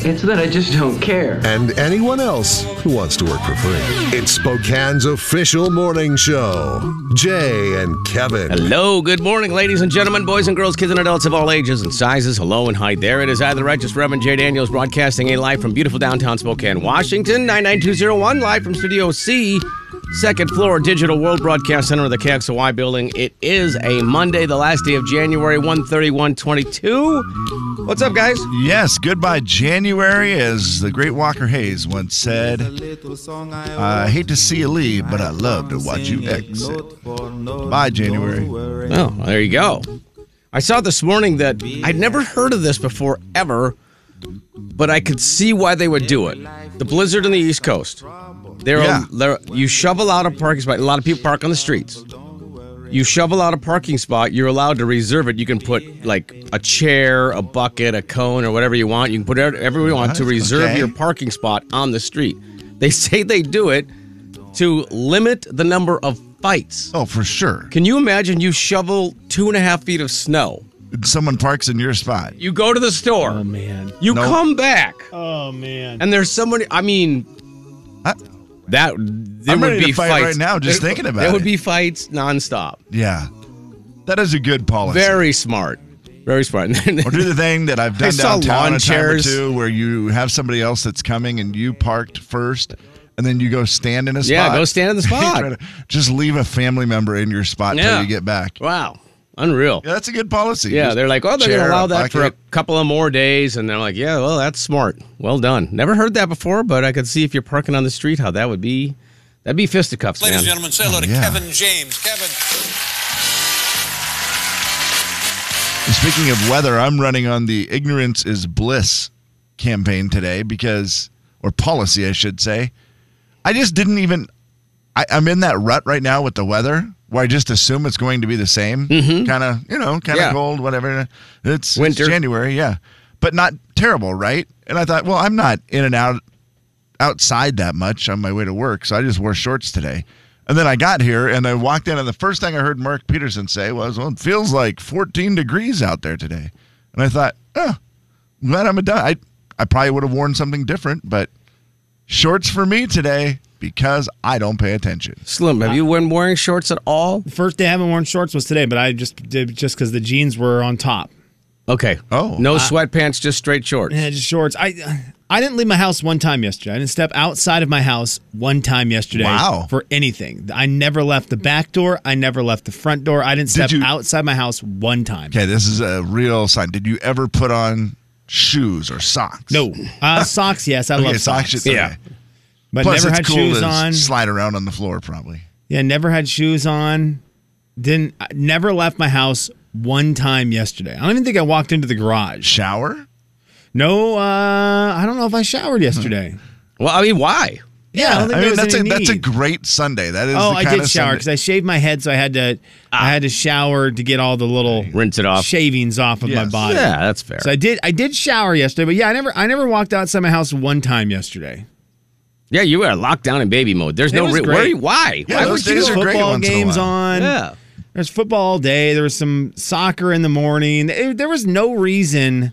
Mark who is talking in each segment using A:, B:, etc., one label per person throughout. A: It's that I just don't care.
B: and anyone else who wants to work for free. It's Spokane's official morning show. Jay and Kevin.
C: Hello, good morning, ladies and gentlemen, boys and girls, kids and adults of all ages and sizes. Hello and hi there. It is I, the Righteous Reverend Jay Daniels, broadcasting a live from beautiful downtown Spokane, Washington, 99201, live from Studio C, second floor, Digital World Broadcast Center of the KXOY building. It is a Monday, the last day of January, 13122. What's up, guys?
D: Yes, goodbye January, as the great Walker Hayes once said. I hate to see you leave, but I love to watch you exit. Bye, January.
C: Oh, well, there you go. I saw this morning that I'd never heard of this before ever, but I could see why they would do it. The blizzard on the East Coast. There,
D: Yeah.
C: are, there you shovel out a parking spot. A lot of people park on the streets. You shovel out a parking spot. You're allowed to reserve it. You can put like a chair, a bucket, a cone, or whatever you want. You can put it wherever you want to
D: Nice,
C: reserve
D: okay.
C: your parking spot on the street. They say they do it to limit the number of fights.
D: Oh, for sure.
C: Can you imagine you shovel two and a half feet of snow?
D: Someone parks in your spot.
C: You go to the store. Oh, man. You
D: Nope.
C: come back. Oh, man. And there's somebody, I mean,
D: I-
C: that there
D: I'm
C: would
D: ready to
C: be
D: fight
C: fights.
D: right now just
C: There-
D: thinking about
C: There would
D: it.
C: be fights nonstop.
D: Yeah, that is a good policy.
C: Very smart. Very smart.
D: Or do the thing that I've done
C: I saw lawn
D: downtown a time or
C: chairs.
D: two, where you have somebody else that's coming and you parked first, and then you go stand in a spot.
C: Yeah, go stand in the
D: You
C: spot.
D: try to- Just leave a family member in your spot until
C: Yeah.
D: you get back.
C: wow. Unreal.
D: Yeah, that's a good policy.
C: Yeah,
D: Just
C: they're like, oh, they're going
D: chair,
C: to
D: a
C: allow that for a
D: bucket.
C: couple of more days. And they're like, yeah, well, that's smart. Well done. Never heard that before, but I could see if you're parking on the street how that would be. That'd be fisticuffs,
E: Ladies
C: man.
E: and gentlemen, say hello to
D: yeah.
E: Kevin James. Kevin.
D: And Speaking of weather, I'm running on the ignorance is bliss campaign today because, or policy, I should say. I just didn't even, I, I'm in that rut right now with the weather where I just assume it's going to be the same. Kind of, you know, kind of
C: Yeah.
D: cold, whatever. It's,
C: Winter.
D: it's January, yeah. But not terrible, right? And I thought, well, I'm not in and out outside that much on my way to work, so I just wore shorts today. And then I got here and I walked in, and the first thing I heard Mark Peterson say was, "Well, it feels like 14 degrees out there today." And I thought, "Oh, I'm glad I'm a di- I I probably would have worn something different, but shorts for me today because I don't pay attention.
C: Slim, have you been wearing shorts at all?
F: First day I haven't worn shorts was today, but I just did just because the jeans were on top.
C: Okay.
D: Oh.
C: No sweatpants, just straight shorts.
F: Yeah, just shorts. I I didn't leave my house one time yesterday. I didn't step outside of my house one time yesterday.
D: Wow.
F: For anything, I never left the back door. I never left the front door. I didn't step
D: you-
F: outside my house one time.
D: Okay, this is a real sign. Did you ever put on shoes or socks?
F: No uh, socks. Yes, I
D: Okay,
F: love
D: socks.
F: socks.
D: you- okay.
C: Yeah.
F: but
D: Plus,
F: never
D: it's
F: had
D: cool
F: shoes
D: to
F: on.
D: Slide around on the floor, probably.
F: yeah, never had shoes on. Didn't I never left my house one time yesterday. I don't even think I walked into the garage.
D: Shower.
F: No, uh, I don't know if I showered yesterday.
C: Well, I mean, why?
F: Yeah, I don't think there was
D: that's a
F: any
D: that's a
F: need.
D: great Sunday. That is.
F: Oh,
D: the
F: I
D: kind
F: did
D: of
F: shower
D: Sunday-
F: because I shaved my head, so I had to I had to shower to get all the little
C: Rinse it off.
F: shavings off of my
D: Yes.
F: body.
C: Yeah, that's fair.
F: So I did I did shower yesterday, but yeah, I never I never walked outside my house one time yesterday.
C: yeah, you are locked down in baby mode. There's
F: It
C: no
F: was
C: re-
F: great.
C: where are you- why?
D: Yeah,
C: why would
D: those
C: you-
D: days are great
F: football
D: once in a
F: games
D: while.
F: on.
C: Yeah.
F: There's football all day. There was some soccer in the morning. It- there was no reason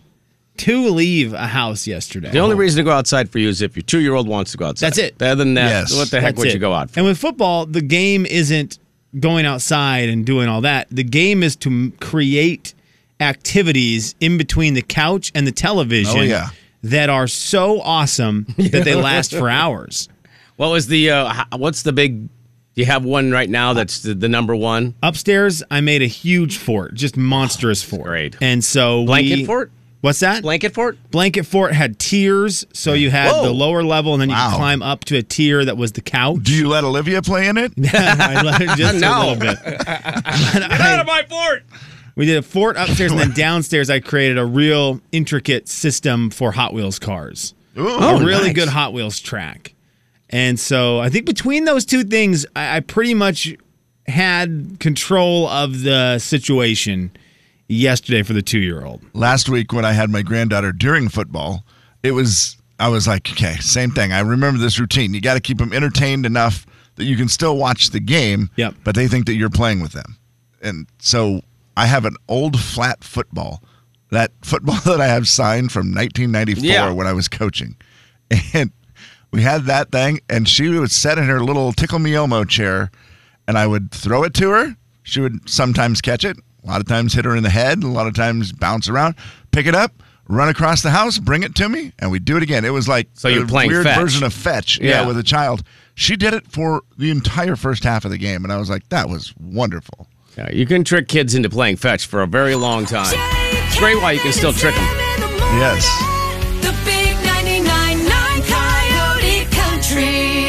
F: to leave a house yesterday.
C: The only reason to go outside for you is if your two year old wants to go outside.
F: That's it.
C: Other than that,
D: Yes.
C: what the heck
F: That's
C: would
F: it.
C: you go out for?
F: And with football, the game isn't going outside and doing all that. The game is to m- create activities in between the couch and the television
D: Oh, yeah.
F: that are so awesome that they last for hours.
C: What was the, uh, h- what's the big, you have one right now that's the, the number one?
F: Upstairs, I made a huge fort, just monstrous fort.
C: great.
F: And so
C: Blanket
F: we,
C: fort?
F: What's that?
C: Blanket fort?
F: Blanket fort had tiers, so you had
C: Whoa.
F: the lower level, and then you
D: Wow.
F: could climb up to a tier that was the couch.
D: Do you let Olivia play in it?
F: I let her just
C: No.
F: a little bit.
C: Get out of my fort!
F: We did a fort upstairs, and then downstairs, I created a real intricate system for Hot Wheels cars.
D: Ooh.
F: a really
C: Oh, nice.
F: good Hot Wheels track. And so I think between those two things, I, I pretty much had control of the situation yesterday for the two year old.
D: Last week when I had my granddaughter during football, it was I was like, okay, same thing. I remember this routine. You got to keep them entertained enough that you can still watch the game.
F: Yep.
D: But they think that you're playing with them, and so I have an old flat football. That football that I have signed from 1994
C: Yeah.
D: when I was coaching, and we had that thing, and she would sit in her little tickle me Elmo chair, and I would throw it to her. She would sometimes catch it, a lot of times hit her in the head, a lot of times bounce around, pick it up, run across the house, bring it to me, and we'd do it again. It was like
C: So you're
D: a
C: playing
D: weird
C: fetch.
D: version of fetch, yeah.
C: Yeah.
D: with a child. She did it for the entire first half of the game, and I was like, that was wonderful.
C: Yeah, you can trick kids into playing fetch for a very long time.
E: It's
C: great why you can still trick 'em.
D: Yes.
E: The big 999 Coyote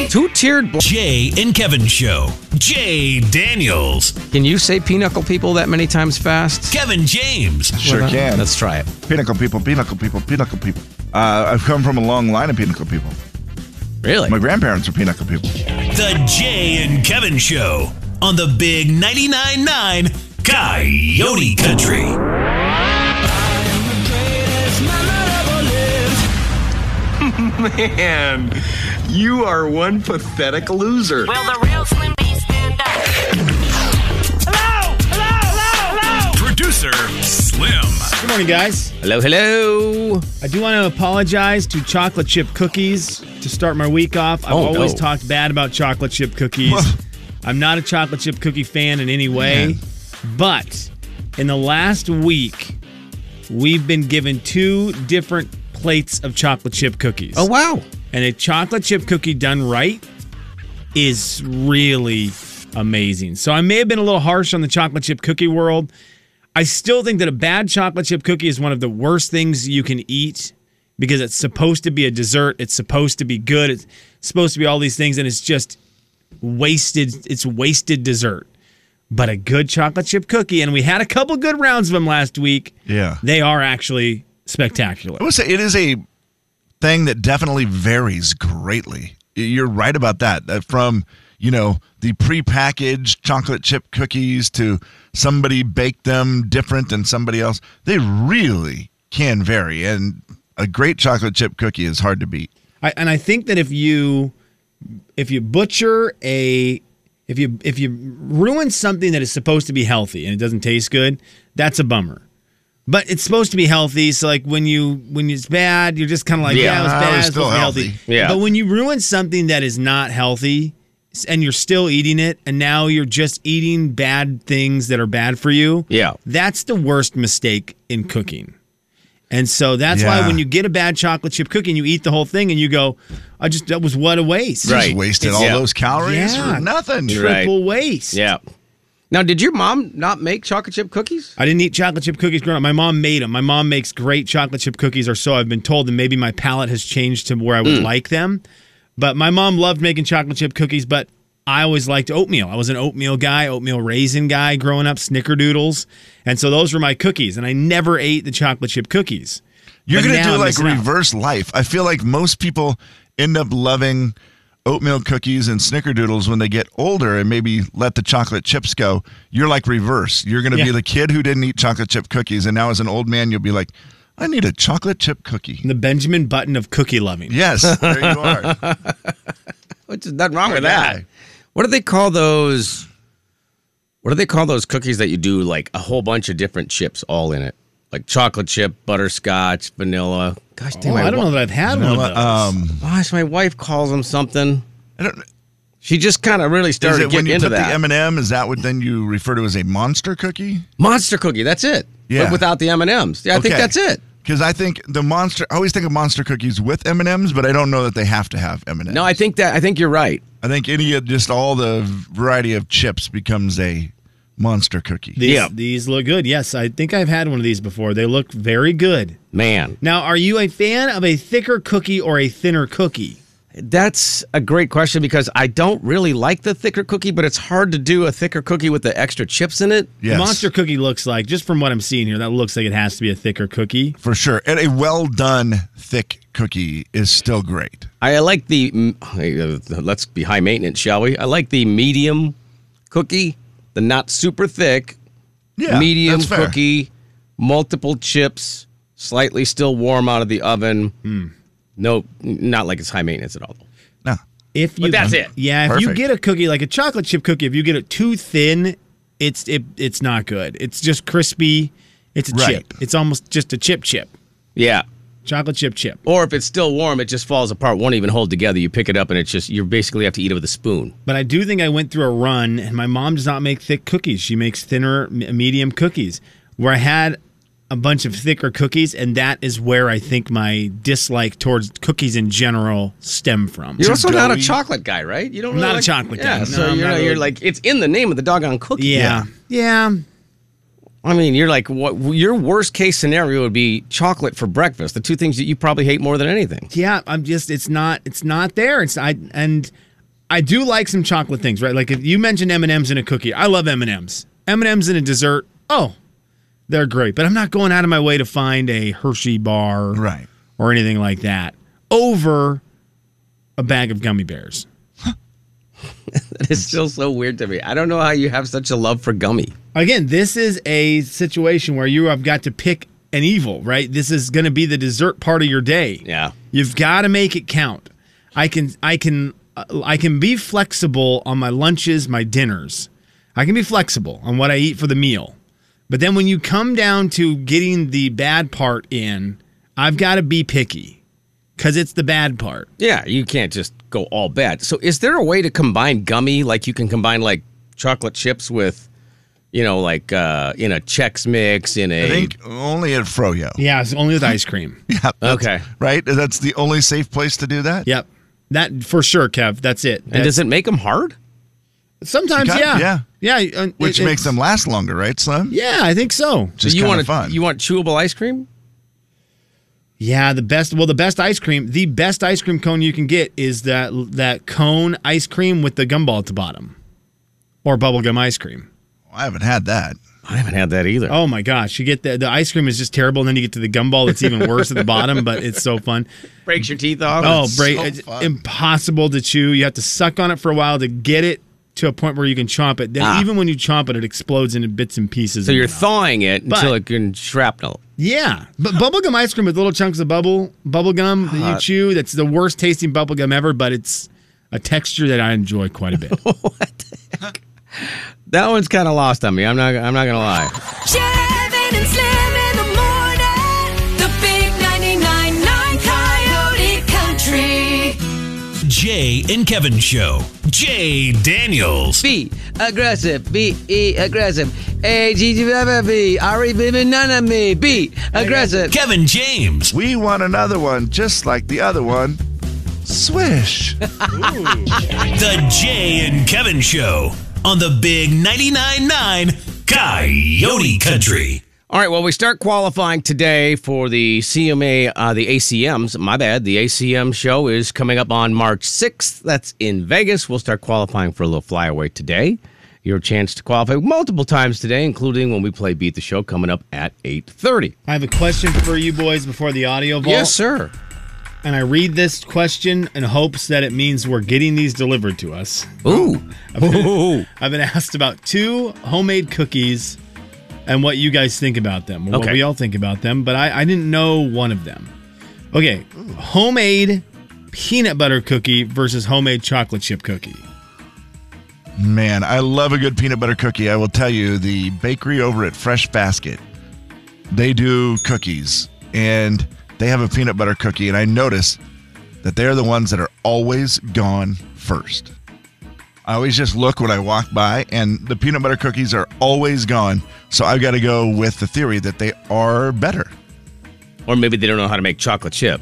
E: Country.
C: Two tiered. Bl-
G: Jay and Kevin Show. Jay Daniels.
C: can you say pinochle people that many times fast?
G: Kevin James.
D: Sure can.
C: Let's try it.
D: pinnacle people, pinnacle people, pinnacle people. Uh, I've come from a long line of pinnacle people.
C: Really?
D: My grandparents were pinnacle people.
G: The Jay and Kevin Show on the Big 99.9 9 Coyote Country.
H: Man, you are one pathetic loser.
E: Will the real Slim B stand up? Hello! Hello! Hello! Hello!
G: Producer Slim.
F: Good morning, guys.
C: Hello, hello.
F: I do want to apologize to chocolate chip cookies to start my week off. I've
C: Oh,
F: always
C: no.
F: talked bad about chocolate chip cookies. I'm not a chocolate chip cookie fan in any way, but in the last week, we've been given two different plates of chocolate chip cookies.
C: Oh, wow.
F: And a chocolate chip cookie done right is really amazing. So I may have been a little harsh on the chocolate chip cookie world. I still think that a bad chocolate chip cookie is one of the worst things you can eat because it's supposed to be a dessert. It's supposed to be good. It's supposed to be all these things, and it's just wasted. It's wasted dessert. But a good chocolate chip cookie, and we had a couple good rounds of them last week.
D: Yeah.
F: They are actually spectacular.
D: I would say it is a thing that definitely varies greatly. You're right about that. That from you know the prepackaged chocolate chip cookies to somebody baked them different than somebody else. They really can vary, and a great chocolate chip cookie is hard to beat.
F: I, and I think that if you if you butcher a if you if you ruin something that is supposed to be healthy and it doesn't taste good, that's a bummer. But it's supposed to be healthy, so like when you when it's bad, you're just kind of like, yeah,
C: Yeah,
F: it was
D: it
F: bad,
D: was
F: it's supposed
D: still
F: to be healthy.
D: healthy.
C: Yeah.
F: But when you ruin something that is not healthy s- and you're still eating it and now you're just eating bad things that are bad for you,
C: Yeah.
F: that's the worst mistake in cooking. And so that's
D: Yeah.
F: why when you get a bad chocolate chip cookie and you eat the whole thing and you go, I just, that was what a waste.
C: Right.
D: Just wasted
C: It's-
D: all
C: yeah.
D: those calories
F: Yeah.
D: for nothing.
C: You're right.
F: Triple waste.
C: Yeah. Now, did your mom not make chocolate chip cookies?
F: I didn't eat chocolate chip cookies growing up. My mom made them. My mom makes great chocolate chip cookies, or so I've been told, and maybe my palate has changed to where I
D: Mm.
F: would like them. But my mom loved making chocolate chip cookies, but I always liked oatmeal. I was an oatmeal guy, oatmeal raisin guy growing up, snickerdoodles. And so those were my cookies, and I never ate the chocolate chip cookies.
D: You're
F: But
D: gonna
F: now
D: do
F: I'm
D: like
F: missing out.
D: reverse life. I feel like most people end up loving oatmeal cookies and snickerdoodles when they get older and maybe let the chocolate chips go. You're like reverse. You're gonna be
F: Yeah.
D: the kid who didn't eat chocolate chip cookies and now as an old man you'll be like, I need a chocolate chip cookie.
F: The Benjamin Button of cookie loving.
D: Yes, there you are.
C: Which is Oh, nothing wrong with
D: yeah.
C: that. What do they call those? What do they call those cookies that you do like a whole bunch of different chips all in it? Like chocolate chip, butterscotch, vanilla. Gosh dang,
F: Oh,
C: my
F: I don't
C: wa-
F: know that I've had one of those.
D: um,
C: Gosh, my wife calls them something.
D: I don't,
C: She just kind of really
D: is
C: started
D: it when
C: getting
D: you
C: into
D: put
C: that
D: the M and M? Is that what then you refer to as a monster cookie?
C: monster cookie. That's it.
D: Yeah.
C: But without the M and M's. Yeah, I think
D: Okay.
C: that's it.
D: Because I think the monster. I always think of monster cookies with M and M's, but I don't know that they have to have M and M's.
C: No, I think that I think you're right.
D: I think any of just all the variety of chips becomes a monster cookie.
F: These,
C: Yeah.
F: these look good. Yes, I think I've had one of these before. They look very good.
C: Man,
F: Now, are you a fan of a thicker cookie or a thinner cookie?
C: that's a great question because I don't really like the thicker cookie, but it's hard to do a thicker cookie with the extra chips in it.
D: yes,
F: Monster cookie looks like, just from what I'm seeing here, that looks like it has to be a thicker cookie.
D: for sure. And a well done thick cookie is still great.
C: I like the mm, uh, let's be high maintenance, shall we? I like the medium cookie, the not super thick,
D: Yeah,
C: medium
D: that's fair.
C: cookie, multiple chips, slightly still warm out of the oven. No, not like it's high maintenance at all.
D: No,
F: If you,
C: But that's it.
F: Yeah, if you
D: Perfect.
F: get a cookie like a chocolate chip cookie, if you get it too thin, it's it, it's not good. It's just crispy. It's a
D: Right.
F: chip. It's almost just a chip chip.
C: Yeah.
F: Chocolate chip chip.
C: Or if it's still warm, it just falls apart, won't even hold together. You pick it up and it's just, you basically have to eat it with a spoon.
F: But I do think I went through a run, and my mom does not make thick cookies. She makes thinner, m- medium cookies, where I had a bunch of thicker cookies, and that is where I think my dislike towards cookies in general stem from.
C: You're also not a
D: doughy.
C: chocolate guy, right? You don't
F: I'm
C: really
F: not a
C: like-
F: chocolate
C: yeah,
F: guy. No,
C: so
F: I'm not
C: you're, not-
F: really-
C: you're like, it's in the name of the doggone cookie.
F: yeah. yeah,
C: I mean, you're like, what? Your worst case scenario would be chocolate for breakfast, the two things that you probably hate more than anything.
F: yeah, I'm just it's not it's not there. It's I and I do like some chocolate things, right? Like if you mentioned M and M's in a cookie, I love M and M's. M and M's in a dessert, oh, they're great. But I'm not going out of my way to find a Hershey bar,
D: right.
F: or anything like that over a bag of gummy bears.
C: That is still so weird to me. I don't know how you have such a love for gummy.
F: Again, this is a situation where you have got to pick an evil, right? This is going to be the dessert part of your day.
C: Yeah.
F: You've got to make it count. I can I can uh, I can be flexible on my lunches, my dinners. I can be flexible on what I eat for the meal. But then when you come down to getting the bad part in, I've got to be picky cuz it's the bad part.
C: Yeah, you can't just go all bad. So, is there a way to combine gummy? Like, you can combine like chocolate chips with, you know, like uh in a Chex mix, in a.
D: I think only at Froyo.
F: Yeah, it's only with ice cream.
D: Yeah, that's-
C: Okay.
D: right. That's the only safe place to do that.
F: Yep. That for sure, Kev. That's it.
C: and does it make them hard?
F: sometimes,
D: You
F: yeah,
D: got-
F: yeah, uh,
D: which
F: it-
D: makes them last longer, right, Slim?
F: Yeah, I think so.
D: Just
C: you
D: kinda
C: want
D: fun.
C: You want chewable ice cream?
F: Yeah, the best. Well, the best ice cream, the best ice cream cone you can get is that that cone ice cream with the gumball at the bottom, or bubblegum ice cream.
D: I haven't had that.
C: I haven't had that either.
F: Oh my gosh, you get the the ice cream is just terrible, and then you get to the gumball that's even worse at the bottom, but it's so fun.
C: breaks your teeth off.
F: Oh,
D: It's
F: break!
D: so
F: it's
D: fun.
F: impossible to chew. You have to suck on it for a while to get it to a point where you can chomp it. Then
C: Ah.
F: even when you chomp it, it explodes into bits and pieces.
C: so
F: in
C: you're
F: your mouth.
C: thawing it
F: But-
C: until it can shrapnel.
F: Yeah, but bubblegum ice cream with little chunks of bubble bubble gum that you chew. That's the worst tasting bubblegum ever, but it's a texture that I enjoy quite a bit.
C: That one's kind of lost on me. I'm not. I'm not gonna lie.
E: Kevin and Slim in the morning. The big 99.9 Coyote Country.
G: Jay and Kevin Show. Jay Daniels.
C: Be aggressive. Be e aggressive. A G G B R E B B none of me. Be aggressive.
G: Kevin James.
D: We want another one just like the other one. Swish.
G: The Jay and Kevin Show on the Big 99.9 Coyote Country.
C: All right. Well, we start qualifying today for the CMA, uh, the ACMs. My bad. The ACM show is coming up on March 6th. That's in Vegas. We'll start qualifying for a little flyaway today. Your chance to qualify multiple times today, including when we play Beat the Show coming up at 8:30.
F: I have a question for you boys before the audio vault.
C: sir.
F: And I read this question in hopes that it means we're getting these delivered to us.
C: Ooh. Ooh.
F: I've been asked about two homemade cookies and what you guys think about them, or what
C: Okay.
F: we all think about them, but I, I didn't know one of them. Okay, homemade peanut butter cookie versus homemade chocolate chip cookie.
D: Man, I love a good peanut butter cookie. I will tell you, the bakery over at Fresh Basket, they do cookies and they have a peanut butter cookie. And I notice that they're the ones that are always gone first. I always just look when I walk by, and the peanut butter cookies are always gone. So I've got to go with the theory that they are better.
C: Or maybe they don't know how to make chocolate chip.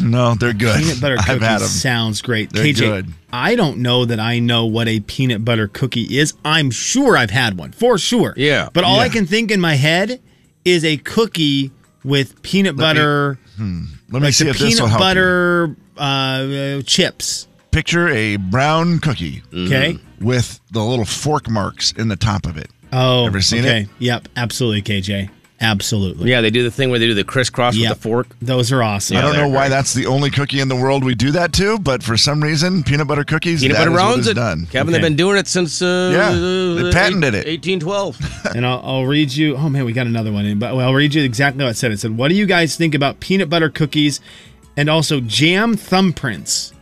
D: No, they're good.
F: Peanut butter cookie
D: I've had them.
F: sounds great.
D: They're
F: KJ,
D: good.
F: I don't know that I know what a peanut butter cookie is. I'm sure I've had one for sure.
C: Yeah.
F: But all I
D: Yeah.
F: can think in my head is a cookie with peanut butter,
D: Let me
F: like
D: see
F: the
D: if this will
F: peanut
D: help. you.
F: butter uh, uh, chips.
D: Picture a brown cookie
F: Okay.
D: with the little fork marks in the top of it.
F: Oh,
D: Ever seen
F: okay.
D: it?
F: Yep, absolutely, KJ. Absolutely.
C: Yeah, they do the thing where they do the crisscross
F: Yep.
C: with the fork.
F: Those are awesome.
D: I don't
C: they're
D: know why
C: great.
D: that's the only cookie in the world we do that to, but for some reason, peanut butter cookies.
C: Peanut
D: that
C: butter
D: is what
C: owns
D: is
C: it.
D: Done.
C: Kevin, they've
F: Okay.
C: been doing it since uh,
D: Yeah, they patented it.
C: 1812.
F: and I'll, I'll read you. Oh man, we got another one in, but I'll read you exactly what it said. It said, "What do you guys think about peanut butter cookies and also jam thumbprints?"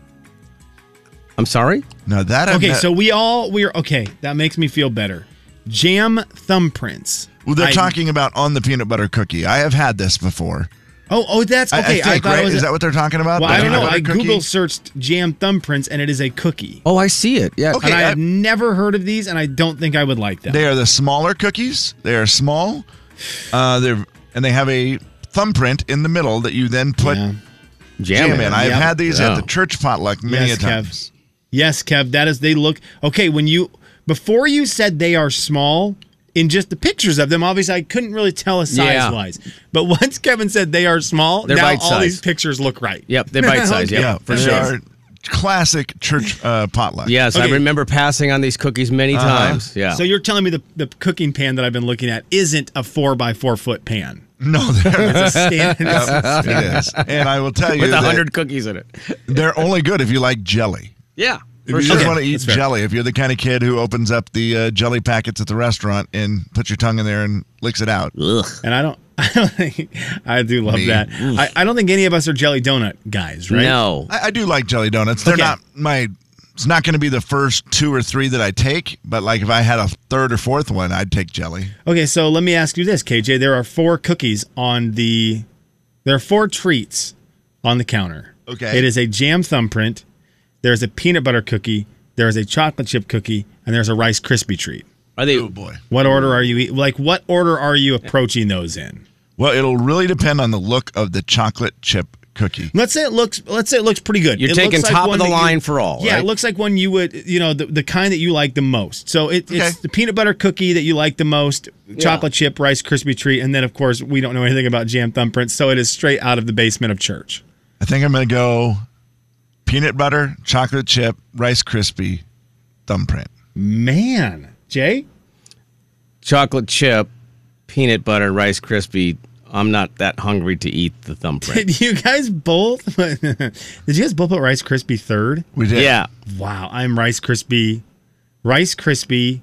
C: I'm sorry.
D: Now that I've
F: Okay,
D: met-
F: so we all we're okay. That makes me feel better. Jam thumbprints.
D: well, they're
F: I-
D: talking about on the peanut butter cookie. I have had this before.
F: Oh, oh, that's
D: I-
F: okay.
D: I, think,
F: thought
D: right?
F: it was.
D: is that what they're talking about?
F: well,
D: The
F: I don't
D: peanut
F: know. I
D: butter cookie?
F: Google searched jam thumbprints, and it is a cookie.
C: Oh, I see it. Yeah.
D: Okay.
F: and I,
D: I-
F: have never heard of these, and I don't think I would like them.
D: They are the smaller cookies. They are small. Uh, they're and they have a thumbprint in the middle that you then put
F: Yeah.
D: jam in. I have
F: Yeah.
D: had these at the
C: Yeah.
D: church potluck many
F: Yes,
D: a
F: Kev.
D: times.
F: Yes, Kev, that is they look okay when you before you said they are small in just the pictures of them. Obviously, I couldn't really tell a size
C: Yeah.
F: wise, but once Kevin said they are small,
C: They're
F: now
C: bite-sized.
F: all these pictures look right.
C: Yep, they're bite sized.
D: Yeah,
C: Yep, for
D: they
C: sure.
D: are classic church uh, potluck.
C: Yes, I
F: Okay.
C: remember passing on these cookies many
D: Uh-huh.
C: times. Yeah.
F: So you're telling me the, the cooking pan that I've been looking at isn't a four by four foot pan?
D: No, they're
F: It's a stand.
D: it is. And I will tell you
C: with a
D: that
C: hundred cookies in it.
D: they're only good if you like jelly.
C: Yeah.
D: If
C: For
D: you
C: sure.
D: just want to eat
F: that's fair.
D: jelly, if you're the kind of kid who opens up the uh, jelly packets at the restaurant and puts your tongue in there and licks it out.
F: and I don't. I don't think I do love
D: Me.
F: that. I, I don't think any of us are jelly donut guys, right?
C: No.
D: I, I do like jelly donuts. They're
F: Okay.
D: not my. It's not going to be the first two or three that I take, but like if I had a third or fourth one, I'd take jelly.
F: Okay, so let me ask you this, KJ. There are four cookies on the. There are four treats on the counter.
D: Okay.
F: It is a jam thumbprint. There's a peanut butter cookie. There is a chocolate chip cookie, and there's a Rice crispy treat.
C: Are they?
D: Oh boy.
F: What order are you eat? Like, what order are you approaching those in?
D: Well, it'll really depend on the look of the chocolate chip cookie.
F: Let's say it looks. Let's say it looks pretty good.
C: You're
F: It
C: taking
F: looks
C: top of
F: one
C: the
F: that you-
C: line for all,
F: Yeah,
C: right?
F: it looks like one you would, you know, the, the kind that you like the most. So it,
D: Okay.
F: it's the peanut butter cookie that you like the most, chocolate chip, rice crispy treat, and then of course we don't know anything about jam thumbprints, so it is straight out of the basement of church.
D: I think I'm going to go peanut butter, chocolate chip, Rice crispy, thumbprint.
F: Man, Jay,
C: Chocolate chip, peanut butter, Rice crispy. I'm not that hungry to eat the thumbprint.
F: did you guys both? did you guys both put Rice crispy third?
D: We did.
C: yeah.
F: Wow, I'm Rice crispy, Rice crispy.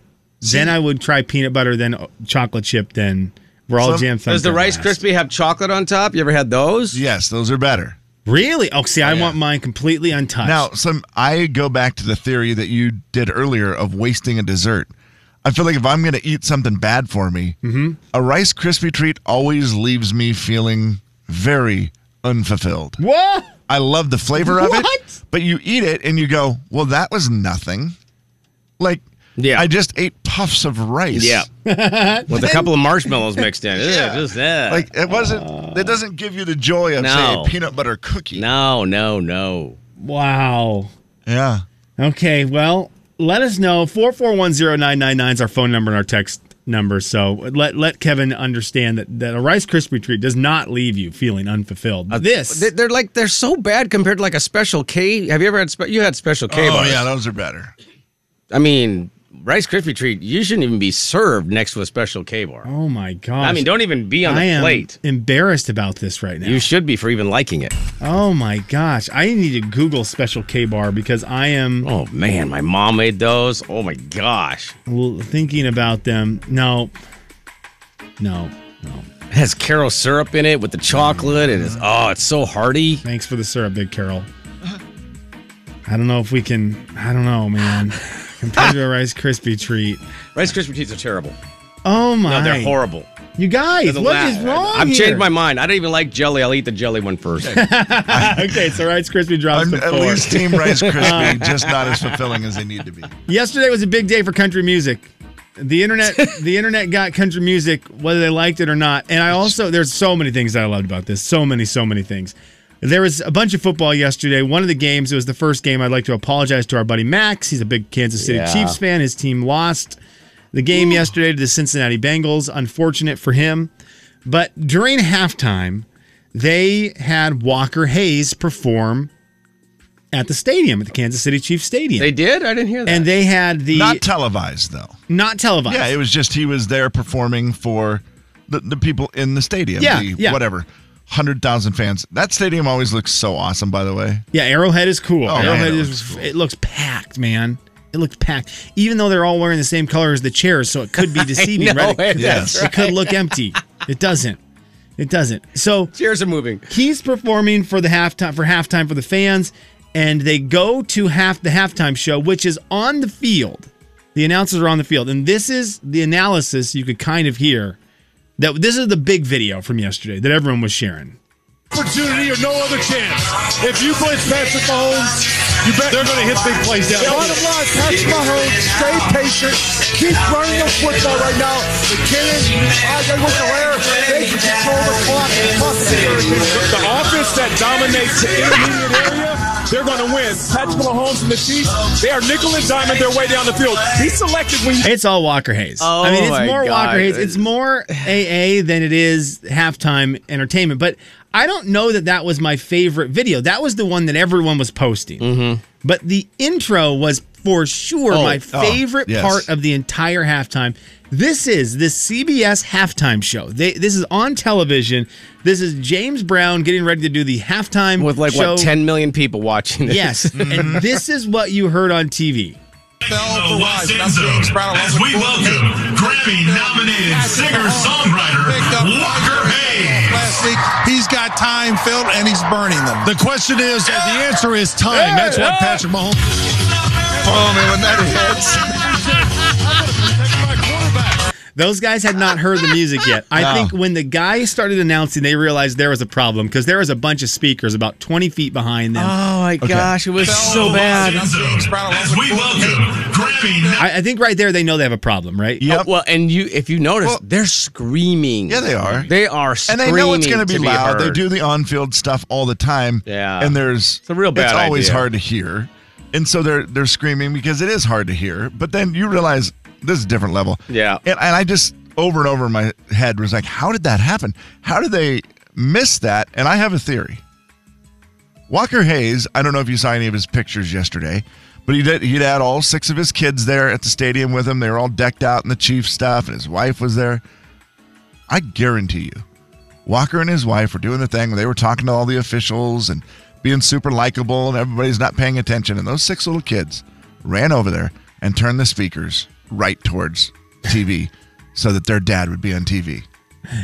F: Then I would try peanut butter, then chocolate chip, then we're all
D: Some-
F: jam thumbprint.
C: Does the Rice
F: last.
C: crispy have chocolate on top? You ever had those?
D: Yes, those are better.
F: Really? Oh, see, I
D: yeah.
F: want mine completely untouched.
D: Now, some I go back to the theory that you did earlier of wasting a dessert. I feel like if I'm going to eat something bad for me, a Rice Krispie treat always leaves me feeling very unfulfilled.
F: what?
D: I love the flavor of it,
F: What?
D: but you eat it and you go, "Well, that was nothing." Like,
C: Yeah.
D: I just ate puffs of rice.
C: Yeah. With a couple of marshmallows mixed in. yeah. Just that.
D: like it wasn't. that doesn't give you the joy of say
C: No.
D: a peanut butter cookie.
C: no, no, no.
F: Wow.
D: Yeah.
F: Okay, well, let us know. 4410999 is our phone number and our text number. So let let Kevin understand that, that a Rice Krispie treat does not leave you feeling unfulfilled.
C: Uh,
F: this.
C: They- They're like they're so bad compared to like a special K. Have you ever had spe- you had special K?
D: oh
C: bars.
D: yeah, those are better.
C: I mean, Rice Krispie treat. You shouldn't even be served next to a special K bar.
F: oh, my gosh.
C: I mean, don't even be on
F: I
C: the
F: am
C: plate.
F: embarrassed about this right now.
C: You should be for even liking it.
F: oh, my gosh. I need to Google Special K Bar because I am
C: Oh man, my mom made those. Oh my gosh,
F: l- thinking about them. No. No. No.
C: it has Carol syrup in it with the chocolate. It is oh, it's so hearty.
F: Thanks for the syrup, Big Carol. I don't know if we can. I don't know, man. Compared to a Rice Krispie treat.
C: Rice Krispie treats are terrible.
F: Oh my!
C: No, they're horrible.
F: You guys,
C: They're the
F: what
C: la-
F: is wrong?
C: I've
F: here?
C: changed my mind. I don't even like jelly. I'll eat the jelly one first.
F: okay, so Rice Krispie drops
D: I'm
F: to
D: at
F: four.
D: least Team Rice Krispie, just not as fulfilling as they need to be.
F: Yesterday was a big day for country music. The internet, the internet got country music whether they liked it or not. And I also, there's so many things that I loved about this. So many, so many things. There was a bunch of football yesterday. One of the games, it was the first game. I'd like to apologize to our buddy Max. He's a big Kansas City
I: Yeah.
F: Chiefs fan. His team lost the game yesterday to the Cincinnati Bengals. Unfortunate for him. But during halftime, they had Walker Hayes perform at the stadium, at the Kansas City Chiefs Stadium. They
C: did? I didn't hear that.
F: And they had the.
D: Not televised though.
F: Not televised.
D: Yeah, it was just he was there performing for the, the people in the stadium.
F: Yeah,
D: the
F: yeah.
D: whatever. Hundred thousand fans. That stadium always looks so awesome, by the way.
F: Yeah, Arrowhead is cool.
D: Oh,
F: Arrowhead
D: man, it
F: is it looks packed, man. It looked packed, even though they're all wearing the same color as the chairs, so it could be deceiving,
C: know,
F: right?
C: it- that's
F: it could
C: right.
F: look empty. It doesn't. It doesn't. So
C: chairs are moving.
F: He's performing for the halftime for halftime for the fans, and they go to half the halftime show, which is on the field. The announcers are on the field, and this is the analysis you could kind of hear. That this is the big video from yesterday that everyone was sharing.
J: opportunity or no other chance. If you blitz Patrick Mahomes, you bet they're going to hit big plays down.
K: Bottom line, Patrick Mahomes, stay patient. Keep running the football right now. McKinnon, Ajay with the air, they can control the clock and possibly
J: The offense that dominates the intermediate area, they're going to win. Patrick Mahomes and the Chiefs, they are nickel and diamond their way down the field. He selected when you.
F: It's all Walker Hayes.
J: Oh
F: I mean, it's
J: my
F: more
J: God.
F: Walker Hayes. It's more AA than it is halftime entertainment. But I don't know that that was my favorite video. That was the one that everyone was posting. But the intro was for sure
I: Oh,
F: my
I: oh,
F: favorite
I: yes.
F: part of the entire halftime. This is the CBS halftime show. They, this is on television. This is James Brown getting ready to do the halftime
C: With like,
F: show.
C: what, 10 million people watching this?
F: Yes, and this is what you heard on TV.
G: The West End Zone, as we welcome Grammy-nominated singer-songwriter Walker Hayes.
L: Last week, he's got time filled and he's burning them. The question is, the answer is time. That's what Patrick Mahomes.
D: Oh man, when that hits.
F: Those guys had not heard the music yet. I
I: No.
F: think when the guy started announcing, they realized there was a problem because there was a bunch of speakers about 20 feet behind them.
C: Oh my gosh, it was so bad. As
G: we welcome
F: I, I think right there they know they have a problem, right?
C: Oh, well, and you if you notice, they're screaming.
D: Yeah, they are.
C: They are
D: and
C: screaming.
D: they know it's going to be loud. They
C: heard.
D: do the on-field stuff all the time.
C: Yeah.
D: and there's
C: It's a real bad
D: It's always
C: idea.
D: hard to hear, and so they're they're screaming because it is hard to hear. But then you realize this is a different level.
C: Yeah.
D: and, and I just over and over in my head was like, how did that happen? How did they miss that? And I have a theory. Walker Hayes, I don't know if you saw any of his pictures yesterday, but he did, he'd had all six of his kids there at the stadium with him. They were all decked out in the Chiefs stuff, and his wife was there. I guarantee you, Walker and his wife were doing the thing. where They were talking to all the officials and being super likable, and everybody's not paying attention. And those six little kids ran over there and turned the speakers right towards TV so that their dad would be on TV.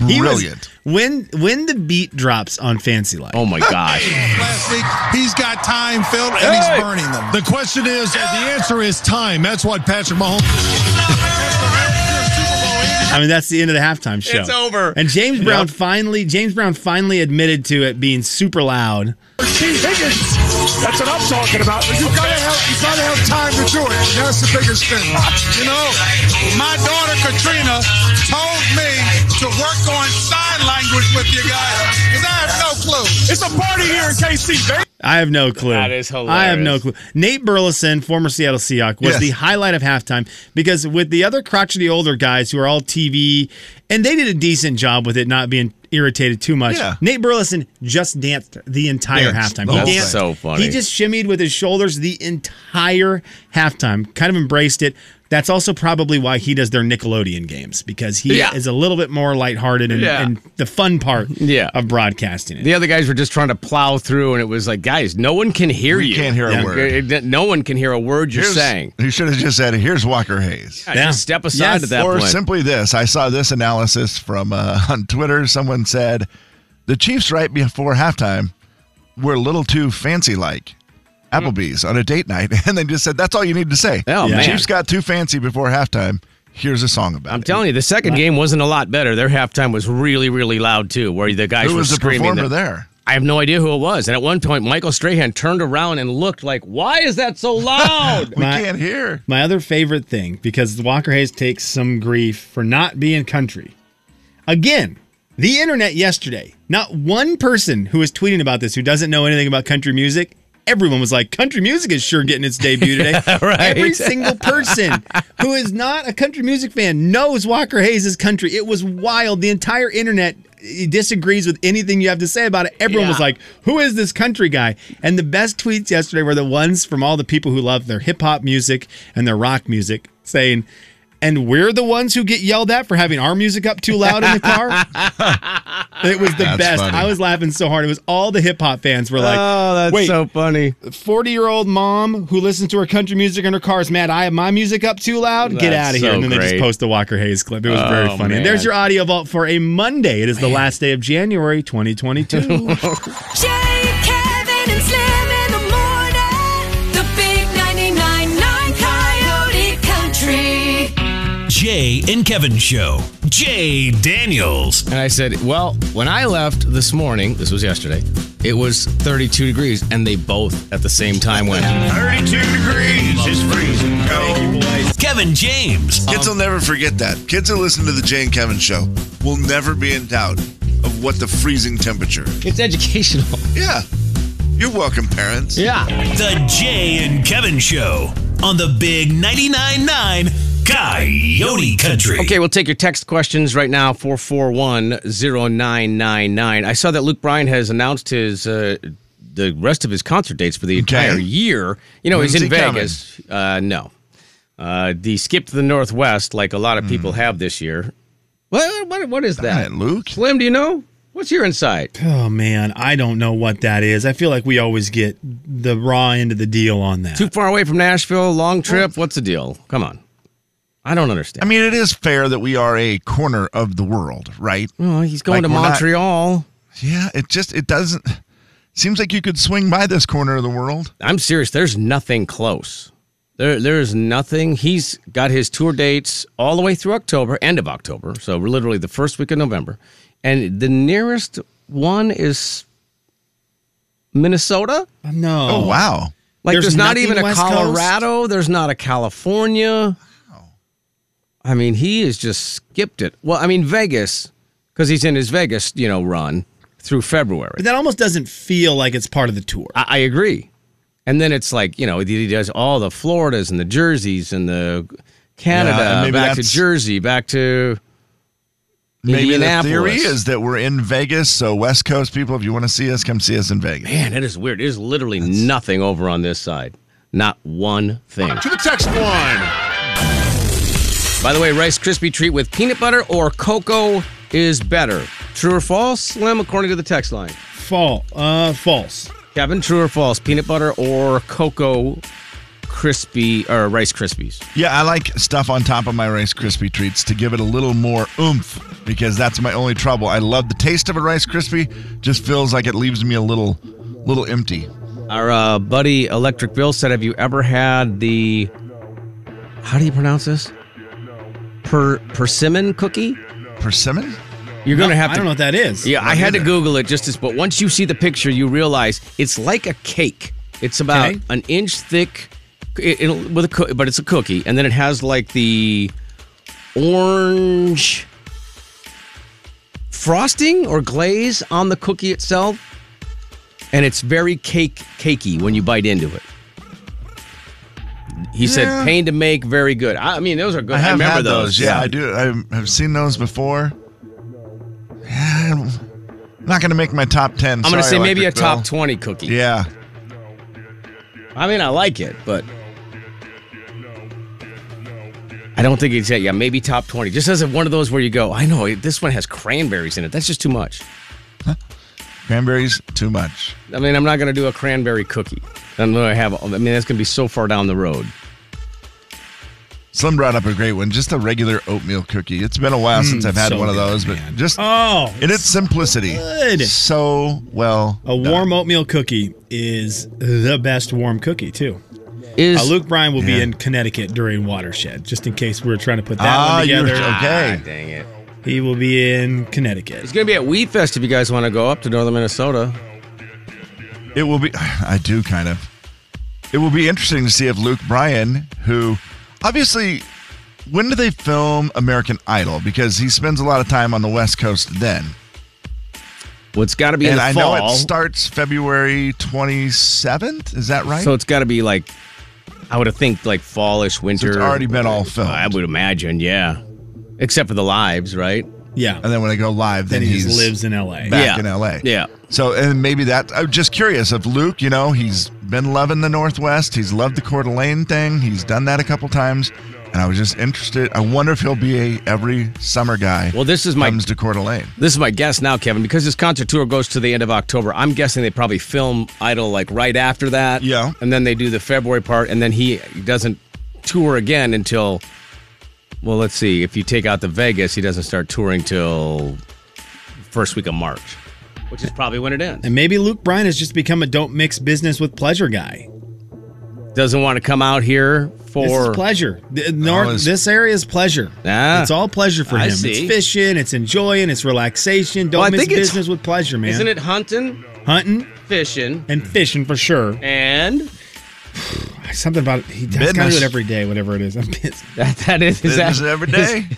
F: He was-
D: Brilliant.
F: when when the beat drops on Fancy Life. Oh
C: my gosh.
L: Last week, he's got time filled and
F: Hey!
L: he's burning them. The question is, the answer is time. That's what Patrick Mahomes.
F: I mean, that's the end of the halftime show.
L: It's over.
F: And James Brown finally James Brown finally admitted to it being super loud.
J: T. Higgins. That's what I'm talking about.
K: You gotta have you gotta have time to do it. That's the biggest thing.
L: You know, my daughter Katrina told me to work on sign language with you guys because I have no clue. It's a party here in KC, baby.
F: I have no clue. That is I have no clue. Nate Burleson, former Seattle Seahawk, was
I: Yes.
F: the highlight of halftime because with the other crotchety older guys who are all TV, and they did a decent job with it, not being irritated too much.
I: Yeah.
F: Nate Burleson just danced the entire
I: Danced
F: halftime.
I: the whole
F: he
I: thing.
F: danced.
I: So funny.
F: He just shimmied with his shoulders the entire halftime. Kind of embraced it. That's also probably why he does their Nickelodeon games because he
C: Yeah.
F: is a little bit more lighthearted and,
C: Yeah.
F: and the fun part of broadcasting it.
C: The other guys were just trying to plow through, and it was like, guys, no one can hear
D: We
C: you.
D: can't hear a
C: Yeah.
D: word.
C: It- No one can hear a word you're
D: Here's-
C: saying.
D: You should have just said, "Here's Walker Hayes."
C: Yeah, just step aside at that
D: or
C: point.
D: simply this. I saw this analysis from uh, on Twitter. Someone said, "The Chiefs right before halftime were a little too fancy like." Applebee's on a date night, and they just said, "That's all you need to say."
C: Hmm. Oh,
D: the
C: man.
D: Chiefs got too fancy before halftime. Here's a song about
C: I'm
D: it.
C: telling you, the second game wasn't a lot better. Their halftime was really, really loud too, where the guys
D: Who
C: were
D: was the
C: screaming.
D: performer
C: that-
D: there?
C: I have no idea who it was. And at one point, Michael Strahan turned around and looked like, "Why is that so loud?
F: My- My other favorite thing, because Walker Hayes takes some grief for not being country. Again, The internet yesterday, not one person who was tweeting about this who doesn't know anything about country music, everyone was like, country music is sure getting its debut today.
E: Right.
F: Every single person who is not a country music fan knows Walker Hayes is country. It was wild. The entire internet eh, disagrees with anything you have to say about it. Everyone was
I: Yeah.
F: like, who is this country guy? And the best tweets yesterday were the ones from all the people who love their hip hop music and their rock music saying, and we're the ones who get yelled at for having our music up too loud in the car. it was the
C: That's
F: best.
C: funny.
F: I was laughing so hard. It was all the hip hop fans were like,
C: oh, that's
F: Wait,
C: so funny.
F: 40 year old mom who listens to her country music in her car is mad I have my music up too loud. Get
C: That's
F: out of here.
C: so
F: and then they
C: great.
F: just post the Walker Hayes clip. It was
C: Oh,
F: very funny.
C: man.
F: And there's your audio vault for a Monday. It is the last day of January 2022.
E: Jay, Kevin, and Slim in the morning. The big 99.9 Coyote Country.
G: Jay and Kevin Show. Jay Daniels.
C: And I said, well, when I left this morning, this was yesterday, it was 32 degrees, and they both at the same time went.
G: 32 degrees is freezing cold. Kevin James.
D: Kids will never forget that. Kids that listen to the Jay and Kevin show will never be in doubt of what the freezing temperature.
C: It's educational.
D: Yeah. You're welcome, parents.
C: Yeah.
G: The Jay and Kevin Show on the big 99.9 Coyote Country.
C: Okay, we'll take your text questions right now 4410999. I saw that Luke Bryan has announced his uh, the rest of his concert dates for the entire year. You know, he's
D: When's
C: in
D: he coming?
C: Vegas. Uh, no. Uh, the skip to the Northwest, like a lot of people
D: Hmm.
C: have this year. What, what, what is that?
D: Luke?
C: Slim, do you know? What's your insight?
F: oh, man. I don't know what that is. I feel like we always get the raw end of the deal on that.
C: Too far away from Nashville, long trip. What's the deal? Come on. I don't understand.
D: I mean, it is fair that we are a corner of the world, right?
C: Well, Oh, he's going to Montreal.
D: yeah, it just it doesn't seems like you could swing by this corner of the world.
C: I'm serious. There's nothing close. There, there's nothing. He's got his tour dates all the way through October, end of October. So literally the first week of November, and the nearest one is Minnesota.
F: No.
D: Oh, wow.
C: Like there's,
F: There's
C: not
F: nothing
C: even a
F: West Coast?
C: Colorado. There's not a California. I mean, he has just skipped it. Well, I mean Vegas, because he's in his Vegas, you know, run through February.
F: But that almost doesn't feel like it's part of the tour.
C: I, I agree. And then it's like, you know, he does all the Floridas and the Jerseys and the Canada,
D: Yeah, and maybe
C: back to
D: that's-
C: Jersey, back to
D: Maybe the theory
C: Indianapolis.
D: is that we're in Vegas, so West Coast people, if you want to see us, come see us in Vegas.
C: Man, that is weird. There's literally nothing over on this side. Not one thing.
D: To the text line.
C: By the way, Rice Krispie treat with peanut butter or cocoa is better. True or false, Slim, according to the text line?
F: Fall, uh, false.
C: Kevin, true or false, peanut butter or cocoa crispy or Rice Krispies?
D: Yeah, I like stuff on top of my Rice Krispie treats to give it a little more oomph because that's my only trouble. I love the taste of a Rice Krispie, just feels like it leaves me a little, little empty.
C: Our uh, buddy Electric Bill said, "Have you ever had the how do you pronounce this? Per persimmon cookie?
D: Persimmon?
C: You're gonna
F: No,
C: have
F: I
C: to.
F: don't know what that is.
C: Yeah, I had to Google it just as. But once you see the picture, you realize it's like a cake. It's about
F: Okay.
C: an inch thick, it, it'll- with a coo- but it's a cookie, and then it has like the orange frosting or glaze on the cookie itself, and it's very cake cakey when you bite into it. He
D: Yeah.
C: said, "Pain to make, very good." I, I mean, those are good.
D: I
C: I,
D: have
C: remember
D: had those.
C: those.
D: Yeah, I do. I have seen those before. Yeah, I'm not going to make my top 10.
C: I'm gonna
D: Sorry,
C: say maybe a
D: Electric
C: top
D: Bill.
C: twenty cookie.
D: Yeah.
C: I mean, I like it, but I don't think it's yet. Yeah, maybe top twenty. Just as one of those where you go, I know this one has cranberries in it. That's just too much.
D: Cranberries, too much.
C: I mean, I'm not gonna do a cranberry cookie. I'm gonna have. I mean, that's gonna be so far down the road.
D: Slim brought up a great one. Just a regular oatmeal cookie. It's been a while since I've had
F: Mm, so
D: one of
F: good,
D: those, but just
F: Oh,
D: in its simplicity,
F: good.
D: so well.
F: A warm oatmeal cookie is the best warm cookie too.
C: Is
F: Uh, Luke Bryan will be
D: Yeah.
F: in Connecticut during Watershed, just in case we are trying to put that
D: Ah,
F: one
D: you're-
F: together.
D: okay.
C: Ah, Dang it!
F: He will be in Connecticut.
C: It's gonna be at Weed Fest if you guys want to go up to northern Minnesota.
D: It will be. I do kind of. It will be interesting to see if Luke Bryan, who obviously, when do they film American Idol? Because he spends a lot of time on the West Coast. Then
C: Well, it's got to be in
D: and
C: the
D: I
C: fall.
D: know it starts February 27th. Is that right?
C: So it's got to be like, I would have think like fallish winter.
D: it's already been all
C: filmed. I would imagine, yeah. Except for the lives, right?
F: Yeah.
D: And then when I go live, then,
F: Then he just
D: he's
F: lives in LA.
D: Back
C: Yeah.
D: in L.A.
C: Yeah.
D: So and maybe that. I'm just curious if Luke, you know, he's been loving the Northwest. He's loved the Coeur d'Alene thing. He's done that a couple times. And I was just interested. I wonder if he'll be a every summer guy.
C: Well, this is my
D: comes to Coeur d'Alene.
C: This is my guess now, Kevin, because this concert tour goes to the end of October. I'm guessing they probably film Idol like right after that. Yeah. And then they do the February part, and then he doesn't tour again until, well, let's see. If you take out the Vegas, he doesn't start touring till first week of March, which is probably when it ends.
F: And maybe Luke Bryan has just become a don't mix business with pleasure guy.
C: Doesn't want to come out here for
F: This is pleasure. The- north-
C: Oh, it's-
F: this area is pleasure.
C: Ah.
F: it's all pleasure for
C: I
F: him.
C: see.
F: It's fishing, it's enjoying, it's relaxation. Don't
C: Well, I
F: mix
C: think it's-
F: business with pleasure, man.
C: Isn't it hunting,
F: hunting
C: fishing,
F: and fishing for sure?
C: and
F: Something about it. He does kind of do
C: Business.
F: it every day, whatever it is. I'm pissed.
C: That, that is, is that, Is, is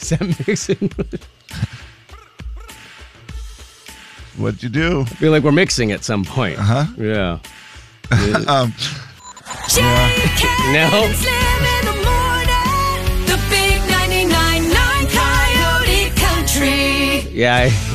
C: that mixing?
D: What'd you do? I
C: feel like we're mixing at some point. Uh huh. Yeah.
D: um,
C: No.
M: The big 99.9 Coyote Country.
C: Yeah. I-